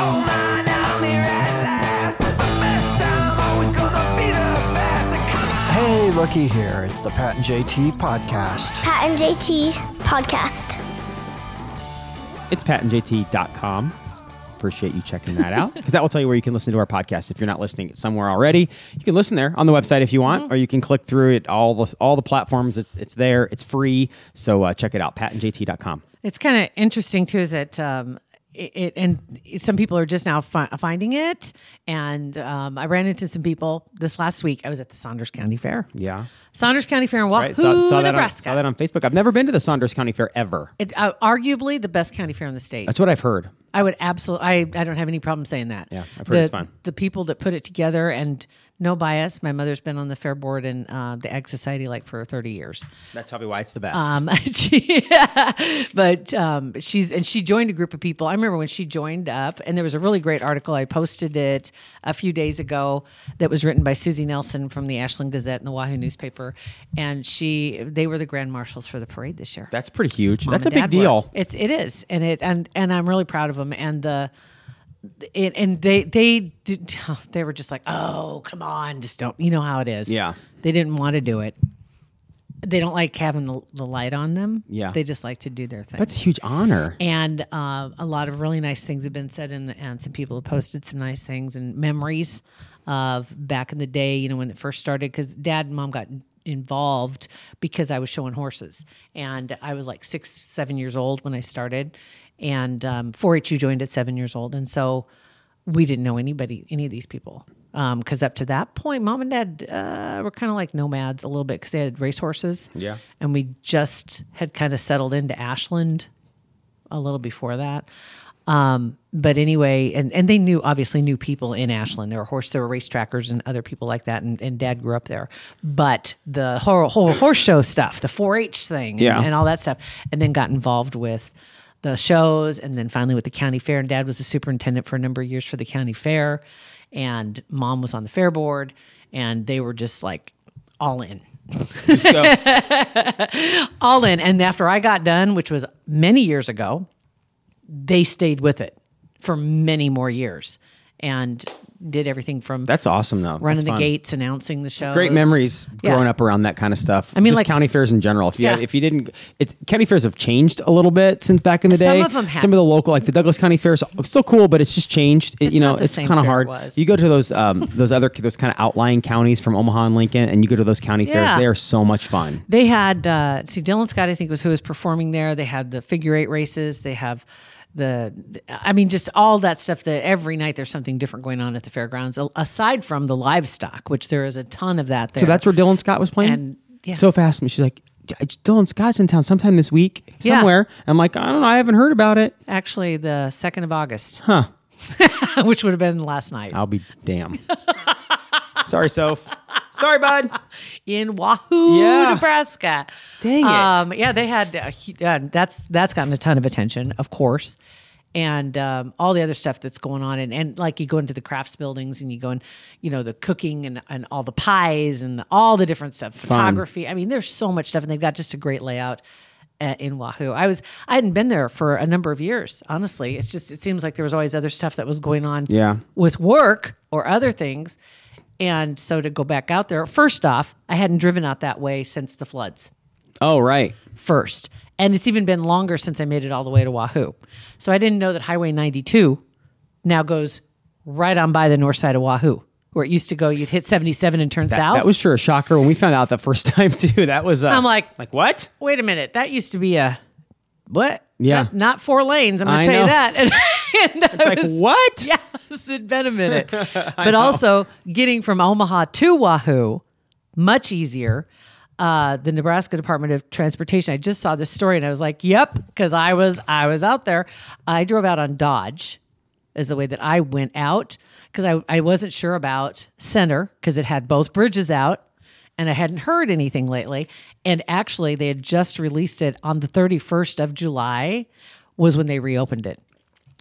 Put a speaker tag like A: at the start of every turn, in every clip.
A: Oh man, I'm here at last. The best time, always gonna be the best. Come on.
B: Hey, looky here. It's the Pat and JT podcast.
C: Pat and JT podcast.
D: It's patentjt.com. Appreciate you checking that out because that will tell you where you can listen to our podcast. If you're not listening somewhere already, you can listen there on the website if you want,
E: Mm-hmm.
D: or you can click through it all the all the platforms. It's it's there. It's free, so uh, check it out. patentjt.com.
E: It's kind of interesting too, is that um, it, it and some people are just now fi- finding it. And um, I ran into some people this last week. I was at the Saunders County Fair.
D: Yeah,
E: Saunders County Fair in Wahoo,
D: right. Saw, saw that on,
E: Nebraska.
D: saw that on Facebook. I've never been to the Saunders County Fair ever.
E: It, uh, arguably the best county fair in the state.
D: That's what I've heard.
E: I would absolutely. I, I don't have any problem saying that.
D: Yeah, I've heard
E: the,
D: it's fine.
E: The people that put it together and no bias. My mother's been on the fair board and uh, the Ag Society like for thirty years.
D: That's probably why it's the best.
E: Um, she- but um, she's and she joined a group of people. I remember when she joined up, and there was a really great article. I posted it a few days ago that was written by Susie Nelson from the Ashland Gazette and the Wahoo newspaper, and she they were the grand marshals for the parade this year.
D: That's pretty huge.
E: Mom
D: That's a
E: and
D: big
E: Dad were.
D: deal.
E: It's it is, and it and and I'm really proud of them and the. It, and they they did, they were just like oh come on just don't you know how it is
D: Yeah.
E: they didn't want to do it they don't like having the, the light on them
D: Yeah.
E: they just like to do their thing
D: That's a huge honor.
E: and uh, a lot of really nice things have been said and, and some people have posted some nice things and memories of back in the day you know when it first started because dad and mom got involved because i was showing horses and i was like six seven years old when i started and um, 4-h joined at seven years old and so we didn't know anybody, any of these people. Because up to that point, mom and dad uh, were kind of like nomads a little bit because they had racehorses.
D: Yeah.
E: And we just had kind of settled into Ashland a little before that. Um, but anyway, and, and they knew obviously knew people in Ashland. There were horse, there were racetrackers and other people like that. And, and dad grew up there. But the whole, whole horse show stuff, the 4 H thing, and-
D: Yeah.
E: and all that stuff, and then got involved with the shows, and then finally with the county fair. And dad was the superintendent for a number of years for the county fair, and mom was on the fair board, and they were just like all in. all in. And after I got done, which was many years ago, they stayed with it for many more years and did everything from
D: That's awesome, though.
E: running
D: That's
E: the
D: fun.
E: gates, announcing the show.
D: great memories
E: Yeah.
D: growing up around that kind of stuff. I
E: mean,
D: just
E: like-
D: county fairs in general. If you
E: Yeah.
D: if you didn't, it's county fairs have changed a little bit since back in the
E: Some
D: day.
E: of them have.
D: Some of the local, like the Douglas County fairs, are still cool, but it's just changed. It-
E: It's
D: you know,
E: not the
D: it's
E: same
D: kind of
E: fair it
D: hard.
E: was.
D: You go to those um those other those kind of outlying counties from Omaha and Lincoln, and you go to those county
E: Yeah.
D: fairs. They are so much fun.
E: They had uh, see Dylan Scott, I think was who was performing there. They had the figure eight races. They have the, I mean, just all that stuff. That every night there's something different going on at the fairgrounds, a- aside from the livestock, which there is a ton of that there.
D: So that's where Dylan Scott was playing.
E: And- yeah.
D: So fast, and she's like, uh, Dylan Scott's in town sometime this week,
E: Yeah.
D: somewhere. I'm like, I don't know, I haven't heard about it.
E: actually the second of August,
D: Huh.
E: which would have been last night
D: I'll be damn. Sorry, Soph. Sorry, bud.
E: in Wahoo,
D: Yeah.
E: Nebraska.
D: Dang it.
E: Um, yeah, they had a, hu- uh, that's that's gotten a ton of attention, of course, and um, all the other stuff that's going on, and, and like you go into the crafts buildings and you go in, you know, the cooking and, and all the pies and all the different stuff, photography. I mean, there's so much stuff, and they've got just a great layout. uh in Wahoo, I was I hadn't been there for a number of years. Honestly, it's just it seems like there was always other stuff that was going on
D: Yeah.
E: with work or other things. And so to go back out there, first off, I hadn't driven out that way since the floods
D: Oh, right.
E: first. And it's even been longer since I made it all the way to Wahoo. So I didn't know that Highway 92 now goes right on by the north side of Wahoo, where it used to go, you'd hit 77 and turn south.
D: That was sure a shocker when we found out the first time too. That was uh,
E: I'm like-
D: like what?
E: wait a minute, that used to be a what?
D: Yeah.
E: Not, not four lanes. I'm going
D: I
E: to tell
D: know.
E: you that. And, and I
D: Like
E: was-
D: what?
E: yes, it's been a minute. but also getting from Omaha to Wahoo, much easier. uh, the Nebraska Department of Transportation. I just saw this story and I was like, "Yep," because I was I was out there. I drove out on Dodge, is the way that I went out because I I wasn't sure about Center because it had both bridges out. And I hadn't heard anything lately. And actually, they had just released it on the 31st of July, was when they reopened it.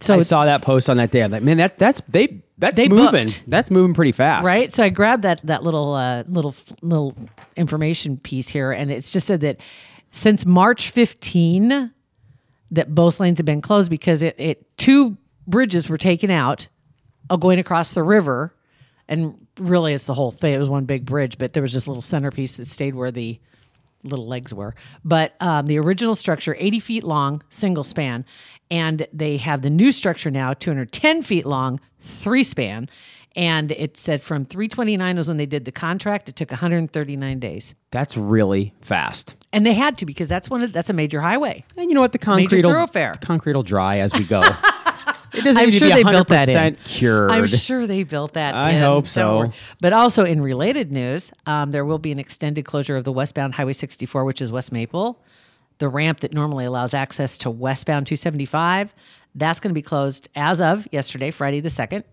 E: So
D: I
E: it's-
D: saw that post on that day. I'm like, man, that that's they that's
E: They
D: moving.
E: booked.
D: That's moving pretty fast,
E: right? So I grabbed that that little uh, little little information piece here, and it's just said that since March 15, that both lanes have been closed because it, it two bridges were taken out, uh, going across the river, and really it's the whole thing. It was one big bridge, but there was this little centerpiece that stayed where the little legs were. But um, the original structure, 80 feet long, single span. And they have the new structure now, 210 feet long, three span. And it said from 329 was when they did the contract. It took 139 days.
D: That's really fast.
E: And they had to because that's one of, that's a major highway.
D: And you know what? The concrete will
E: thoroughfare.
D: the concrete will dry as we go. it doesn't
E: I'm
D: need
E: sure
D: to
E: they
D: be 100%
E: built that in.
D: cured.
E: I'm sure they built that.
D: I
E: in.
D: hope
E: Don't
D: so.
E: worry. But also in related news, um, there will be an extended closure of the westbound Highway 64, which is West Maple, the ramp that normally allows access to westbound 275. That's going to be closed as of yesterday, Friday the second.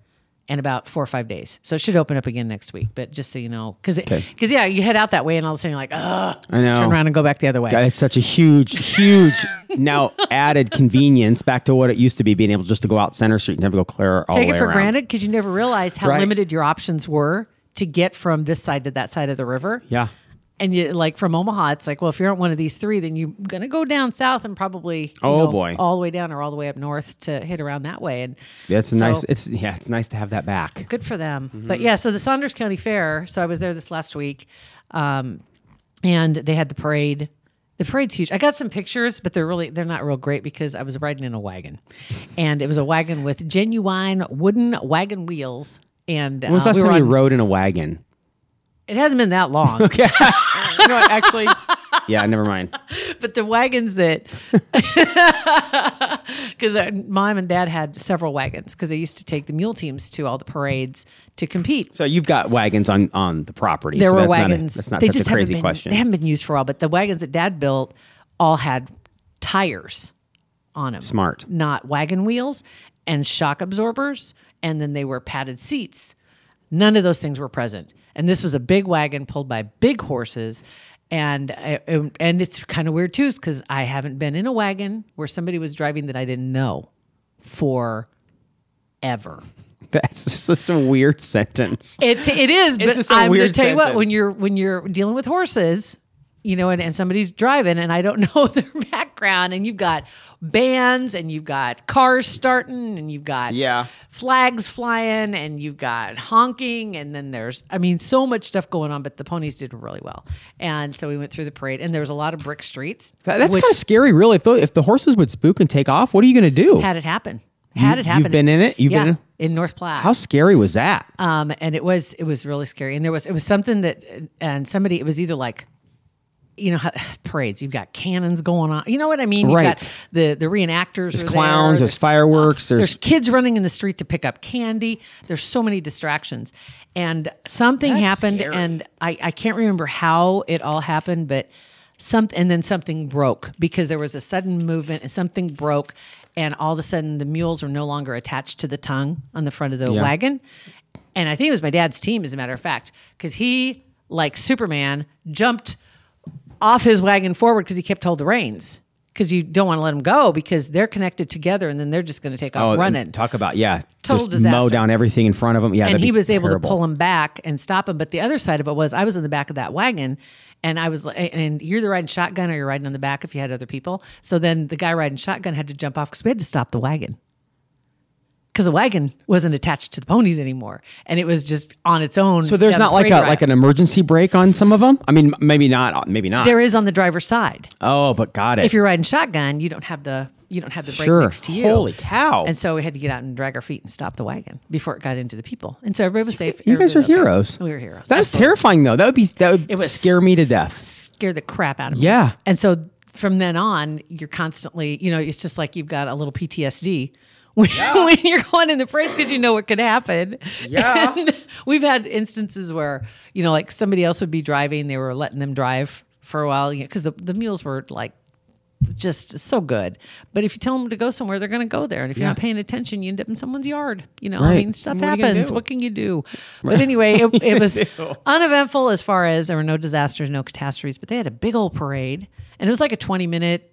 E: In about four or five days, so it should open up again next week. But just so you know, because because yeah, you head out that way, and all of a sudden you're like, ugh,
D: I know.
E: turn around and go back the other way.
D: God, it's such a huge, huge now added convenience back to what it used to be, being able just to go out Center Street and never go clear all
E: Take
D: the way
E: it for
D: around.
E: granted because you never realize how
D: Right.
E: limited your options were to get from this side to that side of the river.
D: Yeah.
E: and you like from Omaha, it's like, well, if you're at one of these three, then you're gonna go down south and probably you know,
D: Oh, boy.
E: all the way down or all the way up north to hit around that way. And
D: Yeah, it's a
E: so,
D: nice. It's yeah, it's nice to have that back.
E: good for them.
D: Mm-hmm.
E: But yeah, so the Saunders County Fair. So I was there this last week, um, and they had the parade. The parade's huge. I got some pictures, but they're really they're not real great because I was riding in a wagon, and it was a wagon with genuine wooden wagon wheels. And uh,
D: When was the last
E: we were
D: time you
E: on-
D: rode in a wagon?
E: It hasn't been that long.
D: You know what, actually. yeah, never mind.
E: but the wagons that because mom and dad had several wagons because they used to take the mule teams to all the parades to compete.
D: So you've got wagons on on the property.
E: There
D: so
E: were
D: that's
E: wagons.
D: Not a, that's not
E: they
D: such
E: just
D: a
E: haven't
D: crazy
E: been,
D: question.
E: They haven't been used for all, but the wagons that dad built all had tires on them.
D: Smart.
E: Not wagon wheels and shock absorbers, and then they were padded seats. None of those things were present. And this was a big wagon pulled by big horses. And I- and and it's kind of weird too, because I haven't been in a wagon where somebody was driving that I didn't know for ever.
D: That's just such a weird sentence.
E: It's it is, but
D: just a
E: I'm
D: weird
E: gonna tell you what,
D: sentence.
E: when you're when you're dealing with horses, you know, and, and somebody's driving and I don't know their background, and you've got bands and you've got cars starting and you've got
D: Yeah.
E: flags flying and you've got honking and then there's I mean so much stuff going on, but the ponies did really well. And so we went through the parade and there was a lot of brick streets.
D: That- that's
E: which
D: kind of scary, really. If the, if the horses would spook and take off, what are you going to do?
E: had it happen. Had it
D: you've
E: happen.
D: been in it? You've
E: yeah,
D: been in-
E: in North Platte.
D: How scary was that?
E: um, and it was it was really scary. And there was it was something that and somebody it was either like. You know, how, parades. You've got cannons going on. You know what I mean. You've
D: Right.
E: got the the reenactors.
D: There's
E: are
D: clowns.
E: There.
D: There's fireworks.
E: There's
D: There's
E: kids running in the street to pick up candy. There's so many distractions, and something happened, and I I can't remember how it all happened, but some and then something broke because there was a sudden movement and something broke, and all of a sudden the mules were no longer attached to the tongue on the front of the
D: Yeah.
E: wagon, and I think it was my dad's team, as a matter of fact, because he, like Superman, jumped off his wagon forward because he kept hold the reins. Because you don't want to let them go because they're connected together and then they're just going to take off
D: Oh, and
E: running.
D: Talk about yeah,
E: Total
D: just mow
E: disaster.
D: down everything in front of them. Yeah,
E: and
D: that'd
E: he
D: be
E: was able to
D: terrible.
E: pull him back and stop him. But the other side of it was I was in the back of that wagon and I was, li- and you're either riding shotgun or you're riding on the back if you had other people. So then the guy riding shotgun had to jump off because we had to stop the wagon. Because the wagon wasn't attached to the ponies anymore, and it was just on its own.
D: So there's not like a like an emergency brake on some of them. I mean, m- maybe not. Maybe not.
E: there is on the driver's side.
D: oh, but got it.
E: if you're riding shotgun, you don't have the you don't have the brake
D: Sure.
E: next to you.
D: Holy cow.
E: And so we had to get out and drag our feet and stop the wagon before it got into the people. And so everybody was safe.
D: you guys
E: Everybody
D: are
E: was okay.
D: heroes.
E: We were heroes.
D: That was
E: Absolutely.
D: terrifying, though. That would be that would
E: It was-
D: scare me to death.
E: Scare the crap out of me.
D: Yeah.
E: And so from then on, you're constantly, you know, it's just like you've got a little PTSD. When, when you're going in the parade because you know what could happen. Yeah. we've had instances where, you know, like somebody else would be driving, they were letting them drive for a while because the, the mules were like just so good. But if you tell them to go somewhere, they're going to go there. And if you're
D: Yeah.
E: not paying attention, you end up in someone's yard. You know, I
D: Right.
E: mean, stuff
D: What are you gonna
E: happens.
D: do?
E: What can you do? But anyway, it, it was uneventful as far as there were no disasters, no catastrophes, but they had a big old parade. And it was like a 20 minute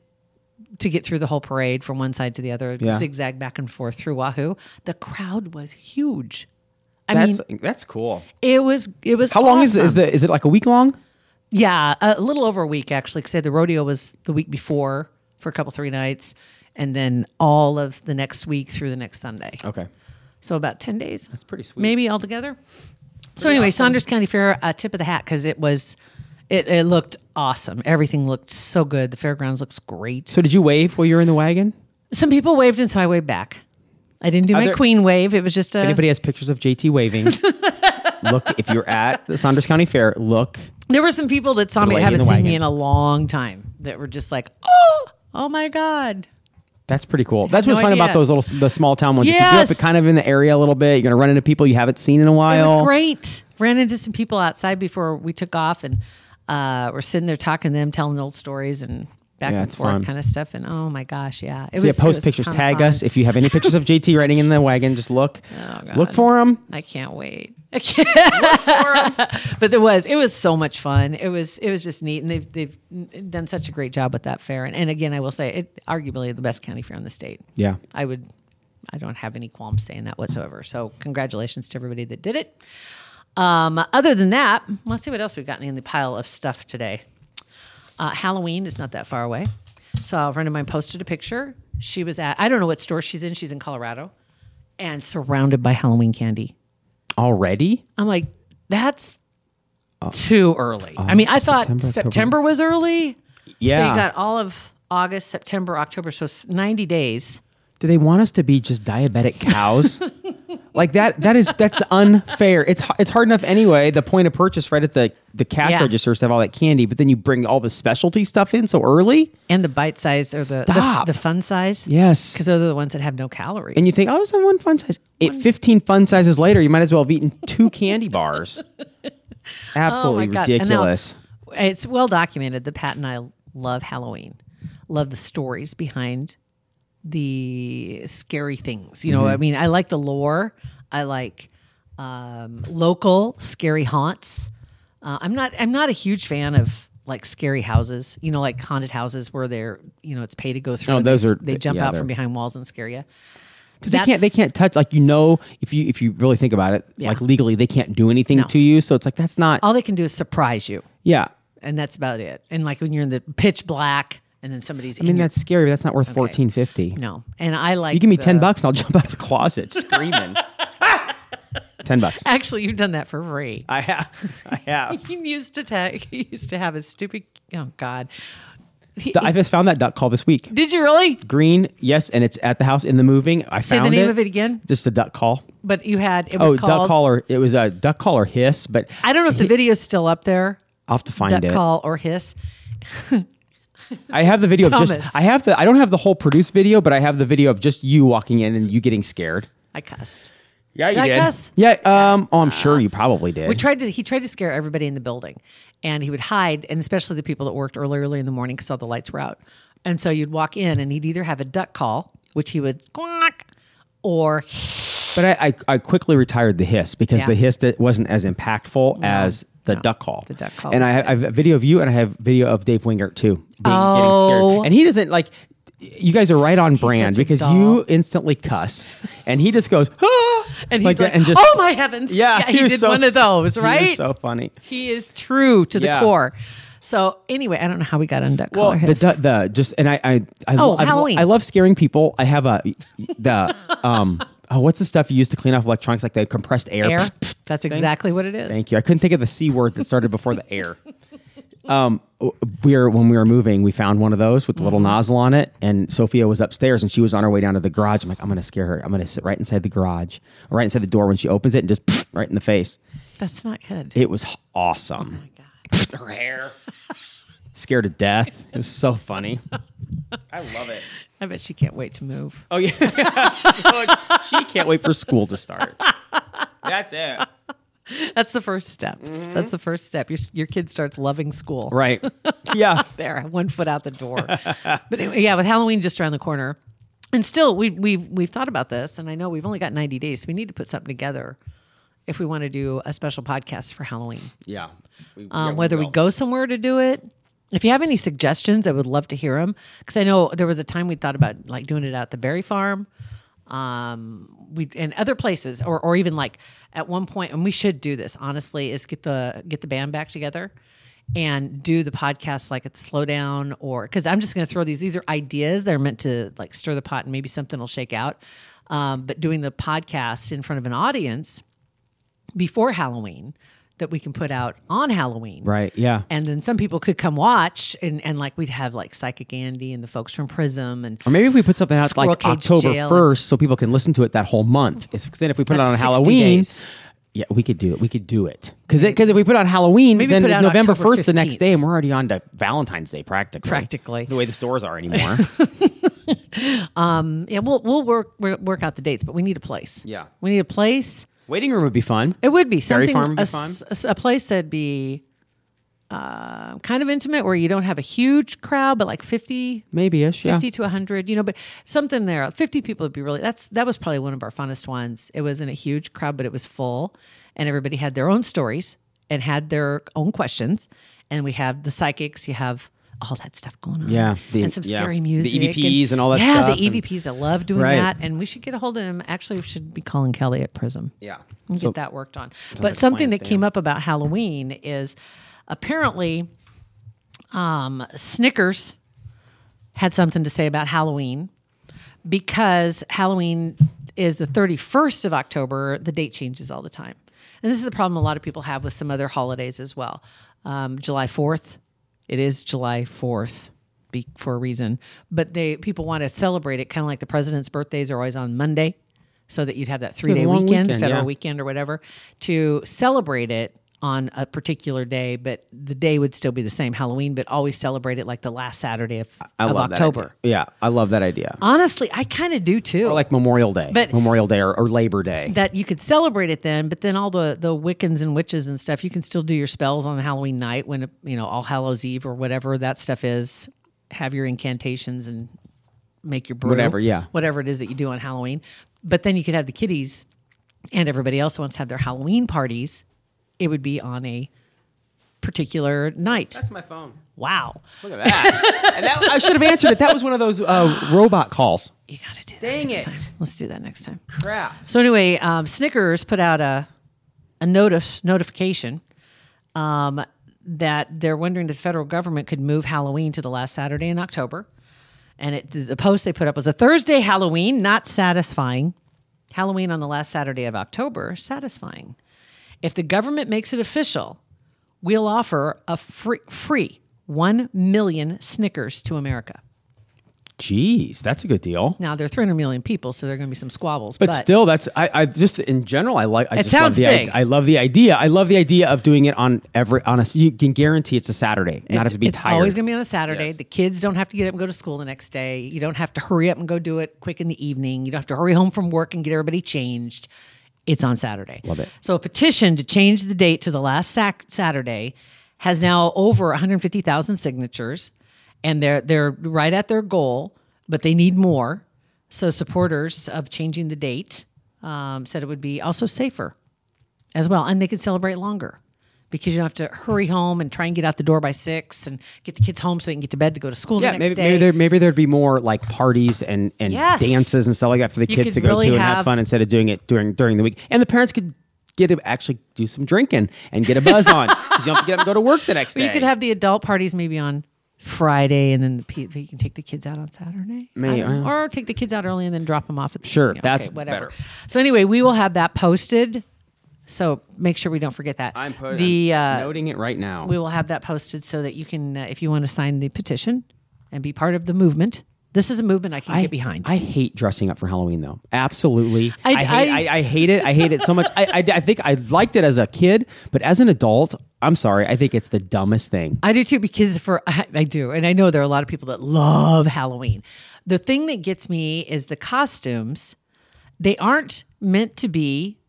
E: to get through the whole parade from one side to the other,
D: Yeah.
E: zigzag back and forth through Wahoo. The crowd was huge. I
D: That's
E: mean,
D: that's cool.
E: it was it was.
D: How long is is
E: awesome.
D: the is it like a week long?
E: Yeah, a little over a week actually. Because the rodeo was the week before for a couple three nights, and then all of the next week through the next Sunday.
D: Okay,
E: So about ten days. That's
D: pretty sweet.
E: Maybe altogether. so anyway, Saunders County Fair, a tip of the hat because it was, it, it looked awesome. Everything looked so good. The fairgrounds looks great.
D: So did you wave while you were in the wagon?
E: Some people waved, and so I waved back. I didn't do my
D: there-
E: queen wave. It was just uh, a.
D: If anybody has pictures of JT waving, look if you're at the Saunders County Fair, look.
E: There were some people that saw me
D: The
E: that
D: lady in
E: haven't
D: the
E: seen me
D: wagon.
E: in a long time that were just like, oh, oh my god.
D: That's pretty cool. That's
E: no
D: what's fun about
E: idea.
D: those little the small town ones. If you grew up
E: Yes.
D: kind of in the area a little bit, you're gonna run into people you haven't seen in a
E: It
D: while.
E: was great. Ran into some people outside before we took off, and uh, we're sitting there talking to them, telling old stories and back
D: Yeah,
E: and
D: it's
E: forth
D: fun.
E: kind of stuff. And oh my gosh, yeah, it
D: So yeah,
E: it
D: post
E: a
D: pictures,
E: ton of
D: tag
E: fun. Oh,
D: us if you have any pictures of JT riding in the wagon. Just look, look for him.
E: I can't wait. I can't. but there was it was so much fun. It was it was just neat, and they've they've done such a great job with that fair. And, and again, I will say, it arguably the best county fair in the state.
D: Yeah.
E: I would. I don't have any qualms saying that whatsoever. So congratulations to everybody that did it. Um, other than that, let's see what else we've gotten in the pile of stuff today. Uh, Halloween is not that far away. So a friend of mine posted a picture. She was at I don't know what store she's in. She's in Colorado, and surrounded by Halloween candy.
D: Already?
E: I'm like, that's too early. I mean, I thought
D: Oh. September, October.
E: September was early. So
D: Yeah.
E: you got all of August, September, October. So it's 90 days.
D: Do they want us to be just diabetic cows? like that that is that's unfair. It's h- it's hard enough anyway. The point of purchase right at the the cash
E: Yeah.
D: registers to have all that candy, but then you bring all the specialty stuff in so early?
E: And the bite size or the, the,
D: Stop.
E: the fun size.
D: Yes.
E: Because those are the ones that have no calories.
D: And you think, "Oh, it's in one fun size." It 15 fun sizes later, you might as well have eaten two candy bars. Absolutely
E: Oh God. And now-
D: ridiculous.
E: it's well documented that Pat and I love Halloween, love the stories behind the scary things. You know,
D: Mm-hmm.
E: what I mean, I like the lore. I like um, local scary haunts. Uh, I'm not. I'm not a huge fan of like scary houses. You know, like haunted houses where they're. You know, it's pay to go through.
D: Oh,
E: and they
D: those
E: s-
D: are-
E: They jump
D: yeah,
E: out
D: they're-
E: from behind walls and scare you.
D: because they can't they
E: That's-
D: can't touch like you know if you if you really think about it like legally they can't do anything
E: No. Oh.
D: to you so it's like that's not
E: All they can do is surprise you,
D: yeah
E: and that's about it. And like when you're in the pitch black, and then somebody's.
D: I mean that's scary but that's not worth fourteen fifty
E: no. And I like.
D: you give me
E: the-
D: ten bucks and I'll jump out of the closet screaming ten bucks
E: Actually, you've done that for free.
D: I have I have
E: He used to tag. He used to have his stupid. Oh God. He-
D: I just found that duck call this week
E: did you really?
D: green yes and it's at the house in the moving I
E: Say the
D: found
E: name of it again.
D: just a duck call
E: But you had it was
D: oh
E: called.
D: duck caller it was a duck caller hiss but
E: I don't know if the video's still up there.
D: I'll have to find
E: Duck
D: it
E: call or hiss.
D: I have the video of
E: Dumbest.
D: just I have the I don't have the whole produced video but I have the video of just you walking in and you getting scared.
E: I cussed.
D: Yeah,
E: Did I cuss? Uh,
D: Yeah, um, oh, I'm sure you probably did.
E: We tried to. He tried to scare everybody in the building, and he would hide, and especially the people that worked early, early in the morning because all the lights were out. And so you'd walk in, and he'd either have a duck call, which he would quack, or
D: but I, I, I quickly retired the hiss because
E: Yeah.
D: the hiss that wasn't as impactful as the duck call.
E: The duck call
D: And
E: was
D: I,
E: good.
D: I have a video of you, and I have video of Dave Wingert too. Being, getting
E: Oh.
D: scared. and he doesn't like. You guys are right on brand
E: such a
D: because
E: doll.
D: you instantly cuss, and he just goes ah,
E: and he's
D: like
E: like,
D: that, and just
E: oh my heavens,
D: yeah.
E: he,
D: was
E: did
D: so-
E: one of those,
D: he was
E: right?
D: so funny.
E: He is true to the
D: Yeah.
E: core. So anyway, I don't know how we got on duck
D: Well,
E: collar
D: the,
E: hiss.
D: du- the just and I I I,
E: Oh,
D: lo- I, lo-
E: Halloween.
D: I love scaring people. I have a the um oh what's the stuff you use to clean off electronics like the compressed air.
E: air. That's exactly what it is.
D: Thank you. I couldn't think of the c word that started before the air. Um, w- we were when we were moving, we found one of those with the
E: Mm-hmm.
D: little nozzle on it, and Sophia was upstairs and she was on her way down to the garage. I'm like, I'm gonna scare her. I'm gonna sit right inside the garage, or right inside the door when she opens it, and just right in the face.
E: That's not good.
D: It was h-
E: Oh
D: awesome. her hair. Scared to death. It was so funny. I love it.
E: I bet she can't wait to move.
D: Oh yeah. So it's- she can't wait for school to start. That's it.
E: That's the first step. That's the first step. Your your kid starts loving school.
D: Mm-hmm. Right. Yeah.
E: There, one foot out the door. but anyway, yeah, with Halloween just around the corner, and still we we've we've thought about this, and I know we've only got ninety days, so we need to put something together if we want to do a special podcast for Halloween.
D: Yeah. We- yeah,
E: um, whether we
D: will.
E: go somewhere to do it. If you have any suggestions, I would love to hear them because I know there was a time we thought about like doing it at the Berry Farm, um, we and other places, or or even like at one point, and we should do this honestly is get the get the band back together and do the podcast like at the slowdown or because I'm just going to throw these. These are ideas that are meant to like stir the pot and maybe something will shake out. Um, but doing the podcast in front of an audience before Halloween that we can put out on Halloween,
D: Right. Yeah.
E: and then some people could come watch and, and like we'd have like psychic andy and the folks from prism and
D: Or maybe if we put something out
E: Squirrel
D: like
E: Cage
D: October
E: Jail.
D: first, so people can listen to it that whole month. It's, 'cause then if we put it
E: That's 60
D: on Halloween,
E: days.
D: yeah, we could do it. We could do it because because if we put it on Halloween,
E: Maybe
D: then
E: put it out
D: November
E: October
D: first the next
E: 15th.
D: day, and we're already on to Valentine's Day practically.
E: Practically.
D: the way the stores are anymore.
E: yeah we'll we'll work we'll work out the dates but we need a place
D: Yeah.
E: we need a place
D: Waiting room would be fun.
E: it would be
D: Dairy
E: something
D: Farm would
E: a,
D: be
E: s- a s- a place that'd be uh, kind of intimate where you don't have a huge crowd but like 50
D: Maybe ish. Yeah.
E: 50 to 100 you know but something there 50 people would be really that's that was probably one of our funnest ones it wasn't a huge crowd but it was full and everybody had their own stories and had their own questions and we have the psychics you have all that stuff going on
D: Yeah, the-
E: and some
D: yeah,
E: scary
D: the
E: music
D: EVPs and all that
E: yeah
D: stuff
E: the
D: and-
E: evps i love doing
D: Right.
E: that and we should get a hold of them actually we should be calling kelly at prism
D: Yeah.
E: and
D: So-
E: get that worked on. But something that came up about Halloween is apparently um, Snickers had something to say about Halloween because Halloween is the 31st of October, the date changes all the time. And this is a problem a lot of people have with some other holidays as well. Um, July 4th, it is July 4th be, for a reason, but they people want to celebrate it kind of like the president's birthdays are always on Monday so that you'd have that three day
D: long
E: weekend,
D: weekend,
E: federal
D: yeah.
E: weekend or whatever, to celebrate it on a particular day, but the day would still be the same Halloween, but always celebrate it like the last Saturday of,
D: I
E: of
D: love that
E: October.
D: idea. Yeah, I love that idea.
E: Honestly, I kind of do too.
D: Or like Memorial Day,
E: But-
D: Memorial Day or, or Labor Day.
E: that you could celebrate it then, but then all the the Wiccans and witches and stuff, you can still do your spells on Halloween night when you know All Hallows Eve or whatever that stuff is. Have your incantations and make your brew,
D: Whatever, yeah.
E: whatever it is that you do on Halloween. But then you could have the kiddies and everybody else who wants to have their Halloween parties. It would be on a particular night.
D: That's my phone.
E: Wow,
D: Look at that. and that I should have answered it. That was one of those uh, robot calls.
E: you got to do that.
D: Dang
E: next
D: it.
E: time. Let's do that next time.
D: Crap.
E: So anyway, um, Snickers put out a a notice notification um, that they're wondering if the federal government could move Halloween to the last Saturday in October. And it, the post they put up was a Thursday Halloween, not satisfying. Halloween on the last Saturday of October, satisfying. If the government makes it official, we'll offer a free, free 1 million Snickers to America.
D: Jeez, that's a good deal.
E: Now, there are 300 million people, so there are going to be some squabbles.
D: But, still, that's I, I just in general I like. I just
E: sounds
D: love the
E: big.
D: Idea. I love the idea. I love the idea of doing it on every on a. You can guarantee it's a Saturday, not have to be
E: it's
D: tired.
E: always going to be on a Saturday.
D: Yes.
E: The kids don't have to get up and go to school the next day. You don't have to hurry up and go do it quick in the evening. You don't have to hurry home from work and get everybody changed. It's on Saturday. Love
D: it.
E: So a petition to change the date to the last sac- Saturday has now over 150,000 signatures, and they're they're right at their goal, but they need more. So supporters of changing the date um, said it would be also safer as well, and they could celebrate longer because you don't have to hurry home and try and get out the door by six and get the kids home so they can get to bed to go to school
D: yeah,
E: the next
D: maybe,
E: day.
D: maybe there maybe there'd be more like parties and and
E: Yes.
D: dances and stuff like that for the
E: You
D: kids to
E: could
D: go
E: really
D: to and have,
E: have-
D: fun instead of doing it during during the week. And the parents could get to actually do some drinking and get a buzz on 'cause you don't have to get up and go to work the next
E: But
D: day.
E: you could have the adult parties maybe on Friday, and then the, pe- you can take the kids out on Saturday,
D: May- uh,
E: I don't know. or take the kids out early and then drop them off at the
D: Sure,
E: you know,
D: that's
E: okay, whatever.
D: better.
E: So anyway, we will have that posted. So make sure we don't forget that.
D: I'm putting
E: the uh,
D: noting it right now.
E: we will have that posted so that you can, uh, if you want to sign the petition and be part of the movement. This is a movement I can get behind.
D: I hate dressing up for Halloween though. Absolutely. I,
E: I-
D: hate, I, I hate it. I hate it so much. I, I, I think I liked it as a kid, but as an adult, I'm sorry. I think it's the dumbest thing.
E: I do too because for I, I do, and I know there are a lot of people that love Halloween. The thing that gets me is the costumes. They aren't meant to be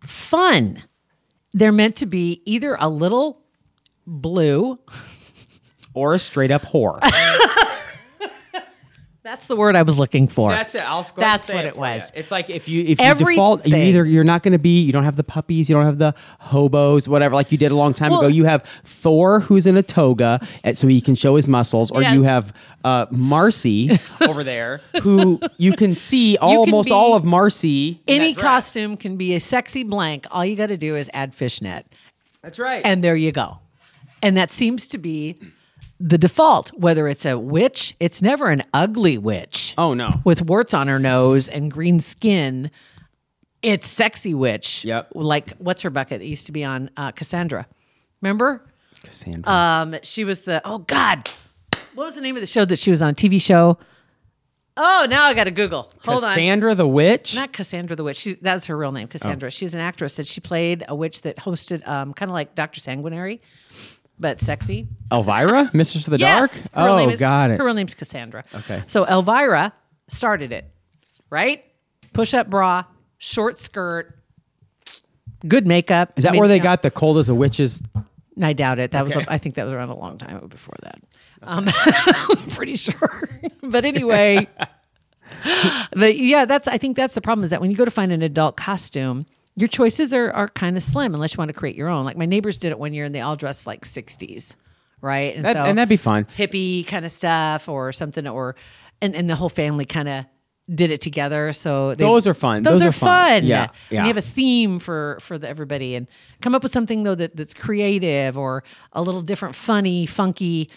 E: fun. They're meant to be either a little blue.
D: or a straight up whore.
E: That's the word I was looking for.
D: That's it. I'll scroll.
E: That's what it, was.
D: It's like if you if you
E: Everything.
D: default, you either you're not going to be, you don't have the puppies, you don't have the hobos, whatever, like you did a long time
E: Well-
D: ago. You have Thor who's in a toga, and so he can show his muscles, or you
E: Yes.
D: have uh, Marcy over there, who you can see almost
E: be
D: all of Marcy. in
E: Any
D: that dress.
E: costume can be a sexy blank. All you got to do is add fishnet,
D: That's right.
E: and there you go. And that seems to be the default. Whether it's a witch, it's never an ugly witch.
D: oh no.
E: with warts on her nose and green skin. It's sexy witch.
D: Yep.
E: Like what's her bucket that used to be on uh, Cassandra? Remember?
D: Cassandra.
E: Um, she was the oh god, what was the name of the show that she was on? TV show. Oh, now I got to Google. Hold on.
D: Cassandra Oh. the witch.
E: Not Cassandra the witch. She, that's her real name, Cassandra. She's an actress that she played a witch that hosted, um, kind of like Doctor Sanguinary, but sexy.
D: Elvira, Mistress of the
E: Yes. Her
D: Dark.
E: real
D: oh,
E: name is,
D: got it.
E: Her real name's Cassandra.
D: Okay.
E: So Elvira started it, right? Push up bra, short skirt, good makeup.
D: Is that where they got the cold as a witch's?
E: I doubt it. That was. I think that was around a long time before that. Um, I'm pretty sure. but anyway, the yeah, that's. I think that's the problem is that when you go to find an adult costume. Your choices are, are kind of slim unless you want to create your own. Like my neighbors did it one year and they all dressed like 60s, right? And
D: That,
E: so
D: and that'd be fun.
E: hippie kind of stuff or something or and, and the whole family kind of did it together so they,
D: Those are fun.
E: those,
D: Those
E: are,
D: are fun.
E: fun
D: Yeah,
E: And
D: yeah.
E: you have a theme for for the everybody and come up with something though that, that's creative or a little different funny funky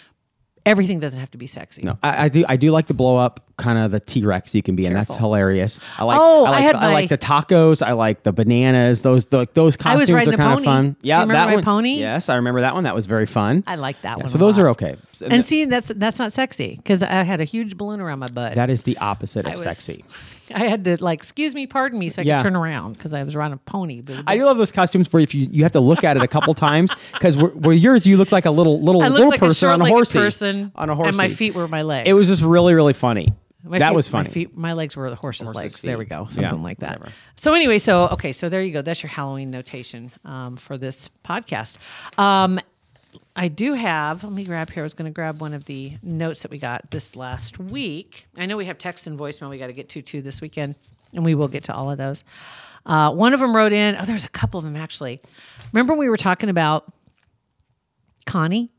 E: everything doesn't have to be sexy
D: No, I, I do. I do like to blow up kind of the T Rex you can be, in. that's hilarious. I like.
E: Oh,
D: I like,
E: I had
D: the, I like
E: my-
D: the tacos. I like the bananas. Those the, those
E: I was
D: costumes are
E: riding a
D: kind of
E: pony.
D: fun.
E: Do you
D: Yeah,
E: remember
D: that
E: my
D: one.
E: pony?
D: Yes, I remember that one. That was very fun.
E: i like that
D: Yeah,
E: one
D: so
E: a
D: those are
E: lot.
D: okay.
E: and, see that's that's not sexy because i had a huge balloon around my butt
D: that is the opposite of
E: was-
D: sexy.
E: i had to like excuse me pardon me so i
D: Yeah.
E: could turn around because i was riding a pony but
D: I do love those costumes where if you, you have to look at it a couple times because where yours you look like a little little
E: I looked
D: little
E: like
D: person
E: a
D: on a
E: short-legged
D: horsey
E: person
D: on a horsey
E: and my feet were my legs
D: It was just really really funny.
E: My
D: that
E: feet-
D: was funny.
E: My, feet, my legs were the horse's, legs. There we
D: feet.
E: go.
D: Yeah,
E: Something like that.
D: whatever.
E: So anyway, so okay, so there you go. That's your Halloween notation um, for this podcast. Um, I do have. Let me grab here. I was going to grab one of the notes that we got this last week. I know we have text and voicemail. We got to get to too this weekend, and we will get to all of those. Uh, one of them wrote in. Oh, there's a couple of them actually. Remember when we were talking about Connie?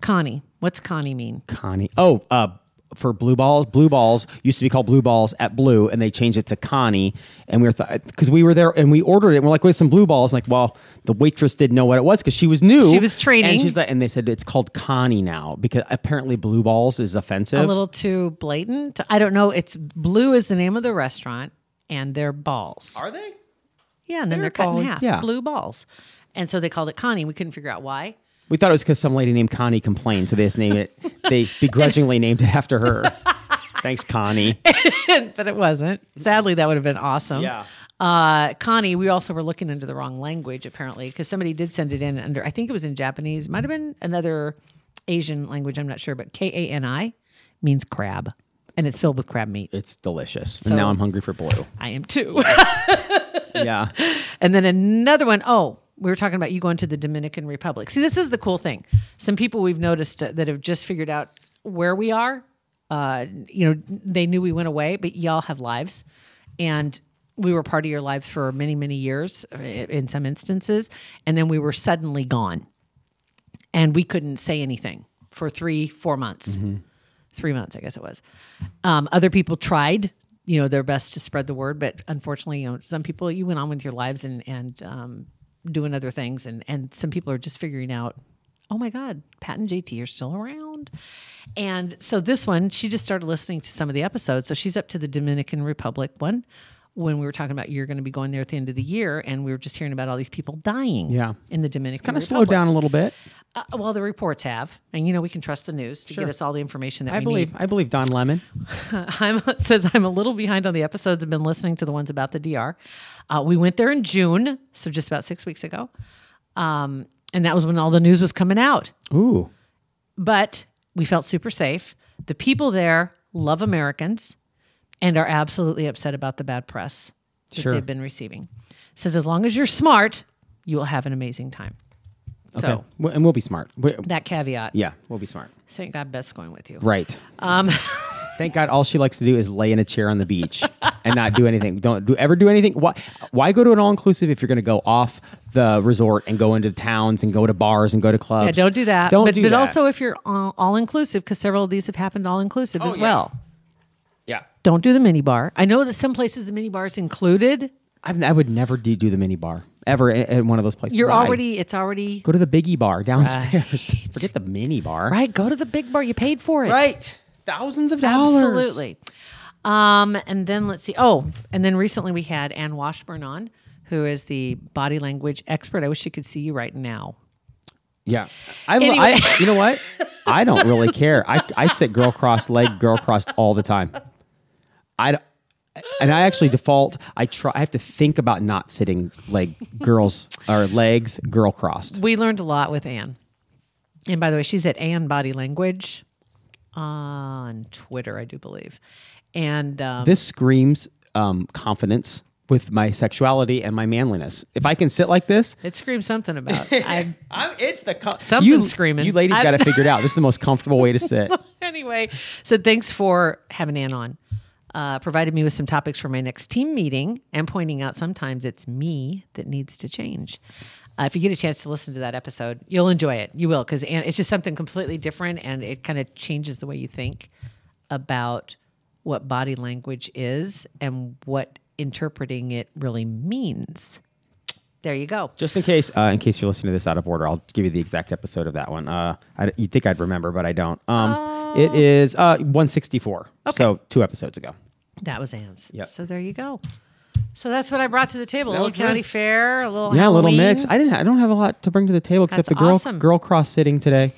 E: Connie. What's Connie mean?
D: Connie. Oh, uh, for blue balls, blue balls used to be called blue balls at Blue, and they changed it to Connie. And we were because we were there and we ordered it. and We're like, wait, some blue balls. like, well, the waitress didn't know what it was because she was new.
E: She was training.
D: and she's like, and they said it's called Connie now because apparently blue balls is offensive.
E: a little too blatant. I don't know. It's blue is the name of the restaurant, and they're balls.
D: Are they?
E: yeah, and then they're,
D: they're
E: cut
D: ball-
E: in half.
D: yeah.
E: blue balls, and so they called it Connie. We couldn't figure out why.
D: We thought it was because some lady named Connie complained, so they just named it. They begrudgingly named it after her. Thanks, Connie.
E: but it wasn't. Sadly, that would have been awesome.
D: Yeah.
E: Uh, Connie, we also were looking into the wrong language apparently because somebody did send it in under. I think it was in Japanese. Might have been another Asian language. I'm not sure, but K A N I means crab, and it's filled with crab meat.
D: It's delicious. and now I'm hungry for blue.
E: I am too.
D: Yeah.
E: And then another one, oh, we were talking about you going to the Dominican Republic. See, this is the cool thing. Some people we've noticed uh, that have just figured out where we are. Uh, you know, they knew we went away, but y'all have lives, and we were part of your lives for many, many years uh, in some instances, and then we were suddenly gone, and we couldn't say anything for three, four months three months, I guess it was. Um, other people tried, you know, their best to spread the word, but unfortunately, you know, some people you went on with your lives and and um, doing other things, and and some people are just figuring out, oh my God, Pat and JT are still around, and so this one, she just started listening to some of the episodes, so she's up to the Dominican Republic one. When we were talking about you're going to be going there at the end of the year, and we were just hearing about all these people dying,
D: Yeah.
E: in the Dominican,
D: Kind of
E: Republic.
D: slowed down a little bit.
E: Uh, well, the reports have, and you know we can trust the news to get us all the information that
D: I
E: we
D: believe.
E: need.
D: I believe Don Lemon.
E: I'm, it says I'm a little behind on the episodes. I've been listening to the ones about the DR. Uh, we went there in June, so just about six weeks ago, um, and that was when all the news was coming out.
D: Ooh.
E: But we felt super safe. The people there love Americans and are absolutely upset about the bad press that
D: Sure.
E: they've been receiving. It says, as long as you're smart, you will have an amazing time. So
D: W- and we'll be smart. We-
E: that caveat.
D: yeah, we'll be smart.
E: Thank God Beth's going with you.
D: Right. Um, Thank God, all she likes to do is lay in a chair on the beach and not do anything. Don't do ever do anything. Why? Why go to an all inclusive if you're going to go off the resort and go into towns and go to bars and go to clubs?
E: Yeah, don't do that.
D: Don't
E: but,
D: do
E: but
D: that.
E: also if you're all inclusive, because several of these have happened all inclusive as
D: Oh, yeah.
E: well.
D: yeah.
E: Don't do the mini bar. I know that some places the mini bar is included.
D: I, I would never do, do the mini bar ever at, at one of those places.
E: You're
D: Why?
E: already, it's already,
D: go to the biggie bar downstairs. Forget the mini bar.
E: right? Go to the big bar. You paid for it.
D: Right. Thousands of dollars.
E: Absolutely. Um, and then let's see. Oh, and then recently we had Ann Washburn on, who is the body language expert. I wish she could see you right now.
D: Yeah. I,
E: Anyway.
D: I you know what? I don't really care. I I sit girl cross leg girl crossed all the time. I d- and I actually default I try I have to think about not sitting leg girls or legs girl crossed.
E: We learned a lot with Ann. And by the way, she's at Ann Body Language on Twitter, I do believe. And um,
D: This screams um, confidence with my sexuality and my manliness. If I can sit like this,
E: it screams something about. I,
D: I'm, it's the com-
E: Something's
D: you,
E: screaming.
D: You ladies
E: I-
D: got to figure it out. This is the most comfortable way to sit.
E: anyway, so thanks for having Ann on. Uh, provided me with some topics for my next team meeting and pointing out sometimes it's me that needs to change. Uh, if you get a chance to listen to that episode, you'll enjoy it. You will, because it's just something completely different and it kind of changes the way you think about what body language is and what interpreting it really means. There you go.
D: Just in case, uh, in case you're listening to this out of order, I'll give you the exact episode of that one. Uh, I, you'd think I'd remember, but I don't. Um, it
E: Oh.
D: is uh, 164. So two episodes ago.
E: That was Ann's.
D: Yep.
E: So there you go. So that's what I brought to the table. A
D: That
E: little
D: was good.
E: county fair, a little
D: Yeah, a little
E: Halloween.
D: mix. I didn't. I don't have a lot to bring to the table except
E: That's
D: the girl
E: awesome.
D: girl cross sitting today.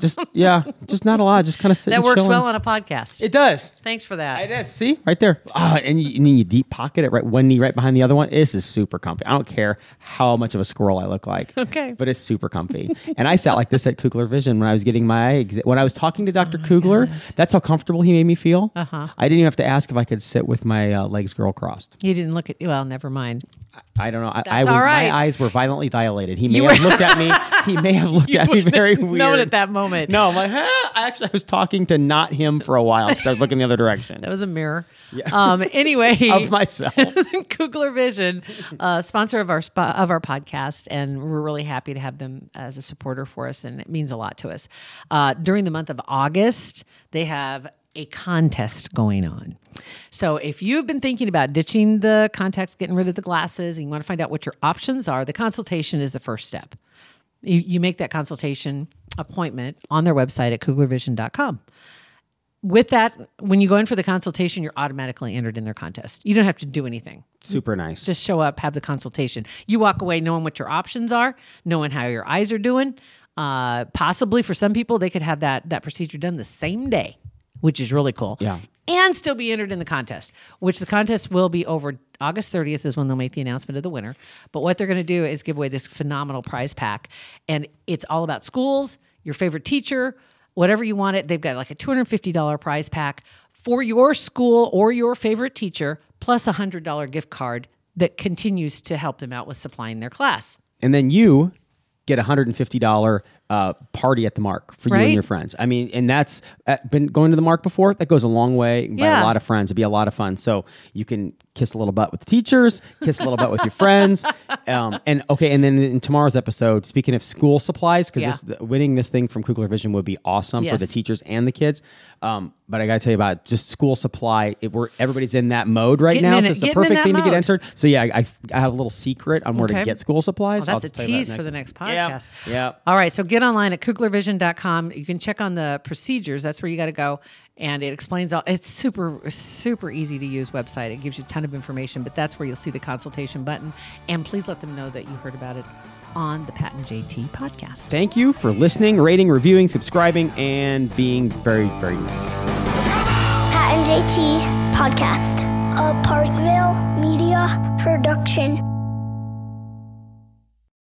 D: just yeah, just not a lot. Just kind of sitting.
E: that works
D: chilling.
E: well on a podcast.
D: It does.
E: Thanks for that.
D: It is. See right there. Ah, and, you, and then you deep pocket it right one knee right behind the other one. This is super comfy. I don't care how much of a squirrel I look like.
E: Okay.
D: but it's super comfy. and I sat like this at Kugler Vision when I was getting my exa- when I was
E: Oh
D: talking to Dr. Kugler. That's how comfortable he made me feel. Uh-huh. I didn't even have to ask if I could sit with my uh, legs girl crossed.
E: You didn't look at well, never mind.
D: I don't know. I, I
E: That's
D: was,
E: all right.
D: My eyes were violently dilated. He may
E: You
D: have looked at me. He may have looked at me very weird.
E: Known at that moment.
D: No, I'm like, huh? I actually I was talking to not him for a while because I was looking the other direction
E: That was a mirror. Um anyway,
D: of myself.
E: Kugler Vision, uh, sponsor of our spa, of our podcast, and we're really happy to have them as a supporter for us, and it means a lot to us. Uh, during the month of August, they have a contest going on. So if you've been thinking about ditching the contacts, getting rid of the glasses, and you want to find out what your options are, the consultation is the first step. You, you make that consultation appointment on their website at kuglervision.com with that, when you go in for the consultation, you're automatically entered in their contest. You don't have to do anything.
D: Super nice.
E: Just show up, have the consultation. You walk away knowing what your options are, knowing how your eyes are doing. Uh, possibly for some people, they could have that that procedure done the same day, which is really cool.
D: Yeah.
E: And still be entered in the contest, which the contest will be over August 30th is when they'll make the announcement of the winner. But what they're going to do is give away this phenomenal prize pack, and it's all about schools, your favorite teacher, whatever you want it. They've got like a $250 prize pack for your school or your favorite teacher, plus a $100 gift card that continues to help them out with supplying their class.
D: and then you get a hundred and fifty dollar uh, party at the mark for you and
E: Right.
D: your friends. I mean, and that's uh, been going to the mark before. That goes a long way. You can buy
E: Yeah.
D: a lot of friends. It'd be a lot of fun. So you can kiss a little butt with the teachers, kiss a little butt with your friends, um, and okay. And then in tomorrow's episode, speaking of school supplies,
E: Yeah.
D: because this winning this thing from Kugler Vision would be awesome for
E: Yes.
D: the teachers and the kids. Um, but I got to tell you about just school supply. It, we're everybody's in that mode right
E: Getting
D: now.
E: in
D: So
E: it-
D: it's the
E: getting in
D: perfect
E: that
D: thing to get
E: mode.
D: entered. So yeah, I, I have a little secret on where
E: Okay.
D: to get school supplies.
E: Well, that's
D: I'll
E: a
D: tell you that
E: tease for the next
D: Yeah.
E: podcast.
D: Yeah.
E: All right. So get online at kuglervision.com. You can check on the procedures. That's where you got to go. And it explains all, it's super, super easy to use website. It gives you a ton of information, but that's where you'll see the consultation button. And please let them know that you heard about it on the Pat and JT podcast.
D: Thank you for listening, rating, reviewing, subscribing, and being very, very nice.
C: Pat and JT Podcast, a Parkville media production.